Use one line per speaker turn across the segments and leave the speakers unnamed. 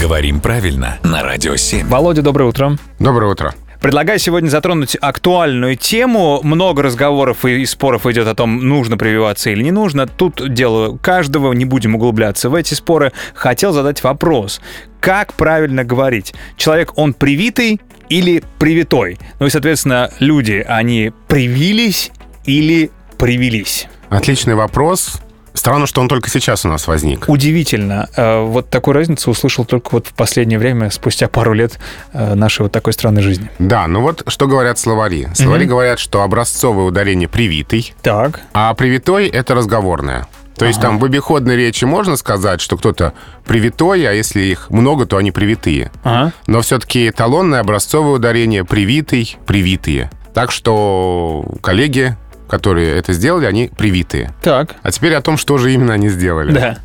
Говорим правильно на Радио 7.
Володя, доброе утро.
Доброе утро.
Предлагаю сегодня затронуть актуальную тему. Много разговоров и споров идет о том, нужно прививаться или не нужно. Тут дело каждого, не будем углубляться в эти споры. Хотел задать вопрос. Как правильно говорить? Человек, он привитый или привитой? Ну и, соответственно, люди, они привились или привелись?
Отличный вопрос. Странно, что он только сейчас у нас возник.
Удивительно. Э, Вот такую разницу услышал только вот в последнее время, спустя пару лет э, нашей вот такой странной жизни.
Да, ну вот что говорят словари. Словари говорят, что образцовое ударение привитый,
Так.
а привитой — это разговорное. То есть там в обиходной речи можно сказать, что кто-то привитой, а если их много, то они привитые.
Ага.
Но все-таки эталонное образцовое ударение привитый, привитые. Так что коллеги, которые это сделали, они привитые.
Так.
А теперь о том, что же именно они сделали.
Да.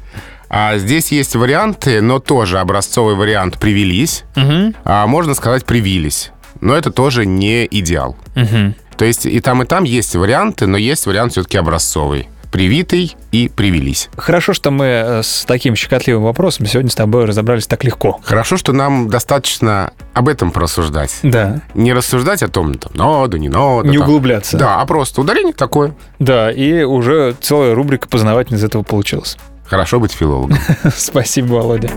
А здесь есть варианты, но тоже образцовый вариант привелись,
Угу.
а можно сказать привились. Но это тоже не идеал.
Угу.
То есть и там, и там есть варианты, но есть вариант все-таки образцовый. Привитый и привелись.
Хорошо, что мы э, с таким щекотливым вопросом сегодня с тобой разобрались так легко.
Хорошо, что нам достаточно об этом просуждать.
Да.
Не рассуждать о том, там, надо, не надо.
не
там.
углубляться.
Да, а просто ударение такое.
Да, и уже целая рубрика познавательная из этого получилась.
Хорошо быть филологом.
Спасибо, Володя.